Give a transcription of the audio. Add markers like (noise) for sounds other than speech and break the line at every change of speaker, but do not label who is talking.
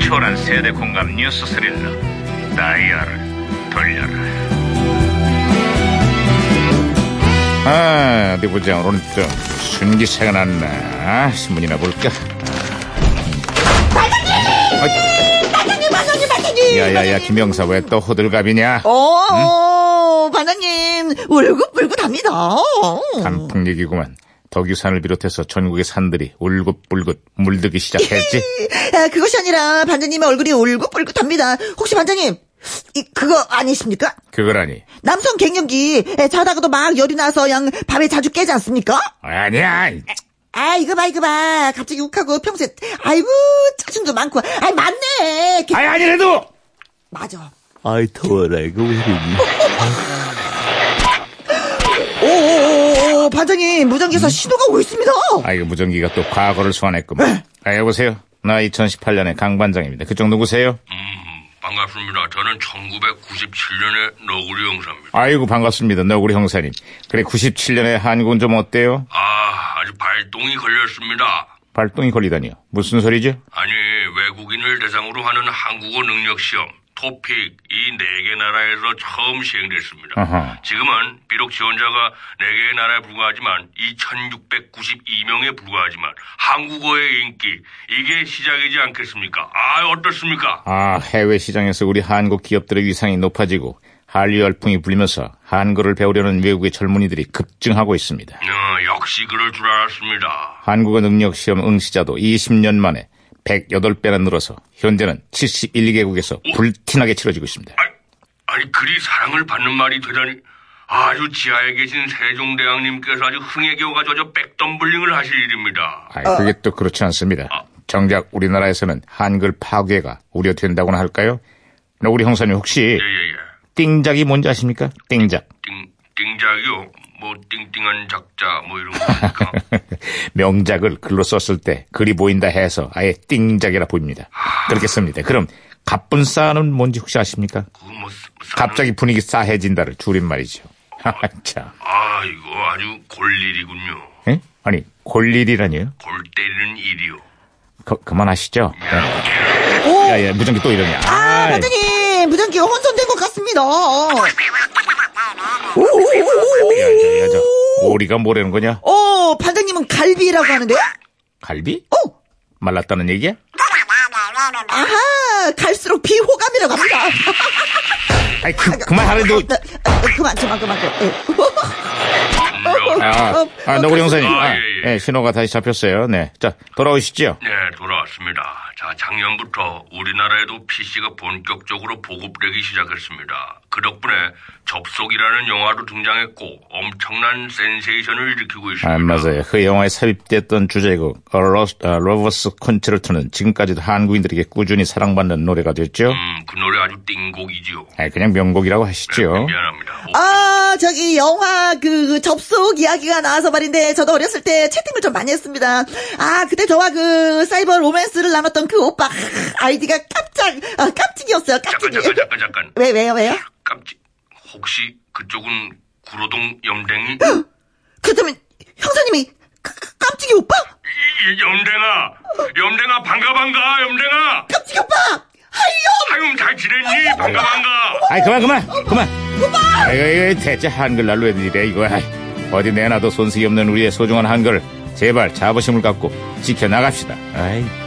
초월한 세대 공감 뉴스 스릴러 다이아를 돌려라 아 어디 보자 오늘은 또 무슨 기사가 났나 아, 신문이나 볼까
반장님, 반장님, 반장님.
야야야 김영사 왜 또 호들갑이냐
어, 어, 반장님 월급 불급합니다. 어.
단풍 얘기구만 덕유산을 비롯해서 전국의 산들이 울긋불긋 물들기 시작했지
아, 그것이 아니라 반장님의 얼굴이 울긋불긋합니다. 혹시 반장님 이, 그거 아니십니까?
그거라니
남성 갱년기 에, 자다가도 막 열이 나서 양 밤에 자주 깨지 않습니까?
아니야 이
아 이거 봐 이거 봐 갑자기 욱하고 평소에 아이고 짜증도 많고 아이 맞네 이렇게-
아니 아니래도
맞아
아이 더워라 이거 왜 이러니
오오오오 반장님 무전기에서 신호가 오고 있습니다
아 이거 무전기가 또 과거를 소환했구만 아 여보세요 나 2018년의 강반장입니다 그쪽 누구세요?
음, 반갑습니다. 저는 1997년에 너구리 형사입니다.
아이고 반갑습니다 너구리 형사님 그래 97년에 한국은 좀 어때요?
아, 아주 발동이 걸렸습니다.
발동이 걸리다니요 무슨 소리죠?
아니, 외국인을 대상으로 하는 한국어 능력 시험, 토픽 이 네 개 나라에서 처음 시행됐습니다.
아하.
지금은 비록 지원자가 네개의 나라에 불과하지만 2,692명에 불과하지만 한국어의 인기 이게 시작이지 않겠습니까? 아, 어떻습니까?
아 해외 시장에서 우리 한국 기업들의 위상이 높아지고 한류 열풍이 불면서 한글을 배우려는 외국의 젊은이들이 급증하고 있습니다
어, 역시 그럴 줄 알았습니다.
한국어 능력 시험 응시자도 20년 만에 108배나 늘어서 현재는 71개국에서 불티나게 치러지고 있습니다.
아니, 아니 그리 사랑을 받는 말이 되다니 아주 지하에 계신 세종대왕님께서 아주 흥에 겨가 젖어 백덤블링을 하실 일입니다.
아, 그게 또 그렇지 않습니다. 정작 우리나라에서는 한글 파괴가 우려된다고나 할까요? 우리 형사님 혹시
예예예.
띵작이 뭔지 아십니까? 띵작. (laughs)
띵 띵작이요. 뭐 띵띵한 작자 뭐
(laughs)
이런 거니까.
명작을 글로 썼을 때 글이 보인다 해서 아예 띵작이라 보입니다. 그렇게 씁니다. 그럼 가쁜 싸는 뭔지 혹시 아십니까?
그뭐
갑자기 분위기 싸해진다를 줄임말이죠. (laughs) 자,
아 이거 아주 골일이군요.
에? 아니 골일이라니요?
골 때리는 일이요.
그, 그만하시죠. 네.
오
야야 무전기 또 이러냐.
아,
아이.
반장님, 무전기가 혼선된 것 같습니다.
야, 야, 야, 저 오리가 뭐라는 거냐?
어, 반장님은 갈비라고 하는데요?
갈비?
어,
말랐다는 얘기야?
아하, 갈수록 비호감이라고 합니다.
아이 그, 그만하래도.
나, 아, 그만, 그만, 그만. 예. 그만.
음,
아, 아 너구리 형사님.
아,
아,
예, 예.
예, 신호가 다시 잡혔어요. 네, 자 돌아오시죠.
네, 돌아왔습니다. 자, 작년부터 우리나라에도 PC가 본격적으로 보급되기 시작했습니다. 그 덕분에 접속이라는 영화도 등장했고 엄청난 센세이션을 일으키고 있습니다.
안 맞아요. 그 영화에 삽입됐던 주제곡 A Lost- 아, 러버스 콘체르트는 지금까지도 한국인들에게 꾸준히 사랑받는 노래가 됐죠.
음, 그 노래 아주 띵곡이지요.
아, 그냥 명곡이라고 하시죠.
미안합니다. 오,
아, 저기, 영화, 그, 그 접속 이야기가 나와서 말인데, 저도 어렸을 때 채팅을 좀 많이 했습니다. 아, 그때 저와 그, 사이버 로맨스를 나눴던 그 오빠, 아이디가 깜짝, 아, 깜찍이었어요,
잠깐,
깜찍이.
잠깐, 잠깐, 잠깐.
왜, 왜요, 왜요?
깜찍. 혹시 그쪽은 구로동 염댕이?
그렇다면, 형사님이, 깜- 깜찍이 오빠?
이- 염댕아! 염댕아, 반가, 반가! 염댕아!
깜찍이 오빠! 하이요!
하용 잘 지냈니? 반가, 반가!
아이 그만 그만 그만. 아이고 이거 대체 한글날로 애들이래 이거. 아이, 어디 내놔도 손색이 없는 우리의 소중한 한글을 제발 자부심을 갖고 지켜나갑시다. 아이.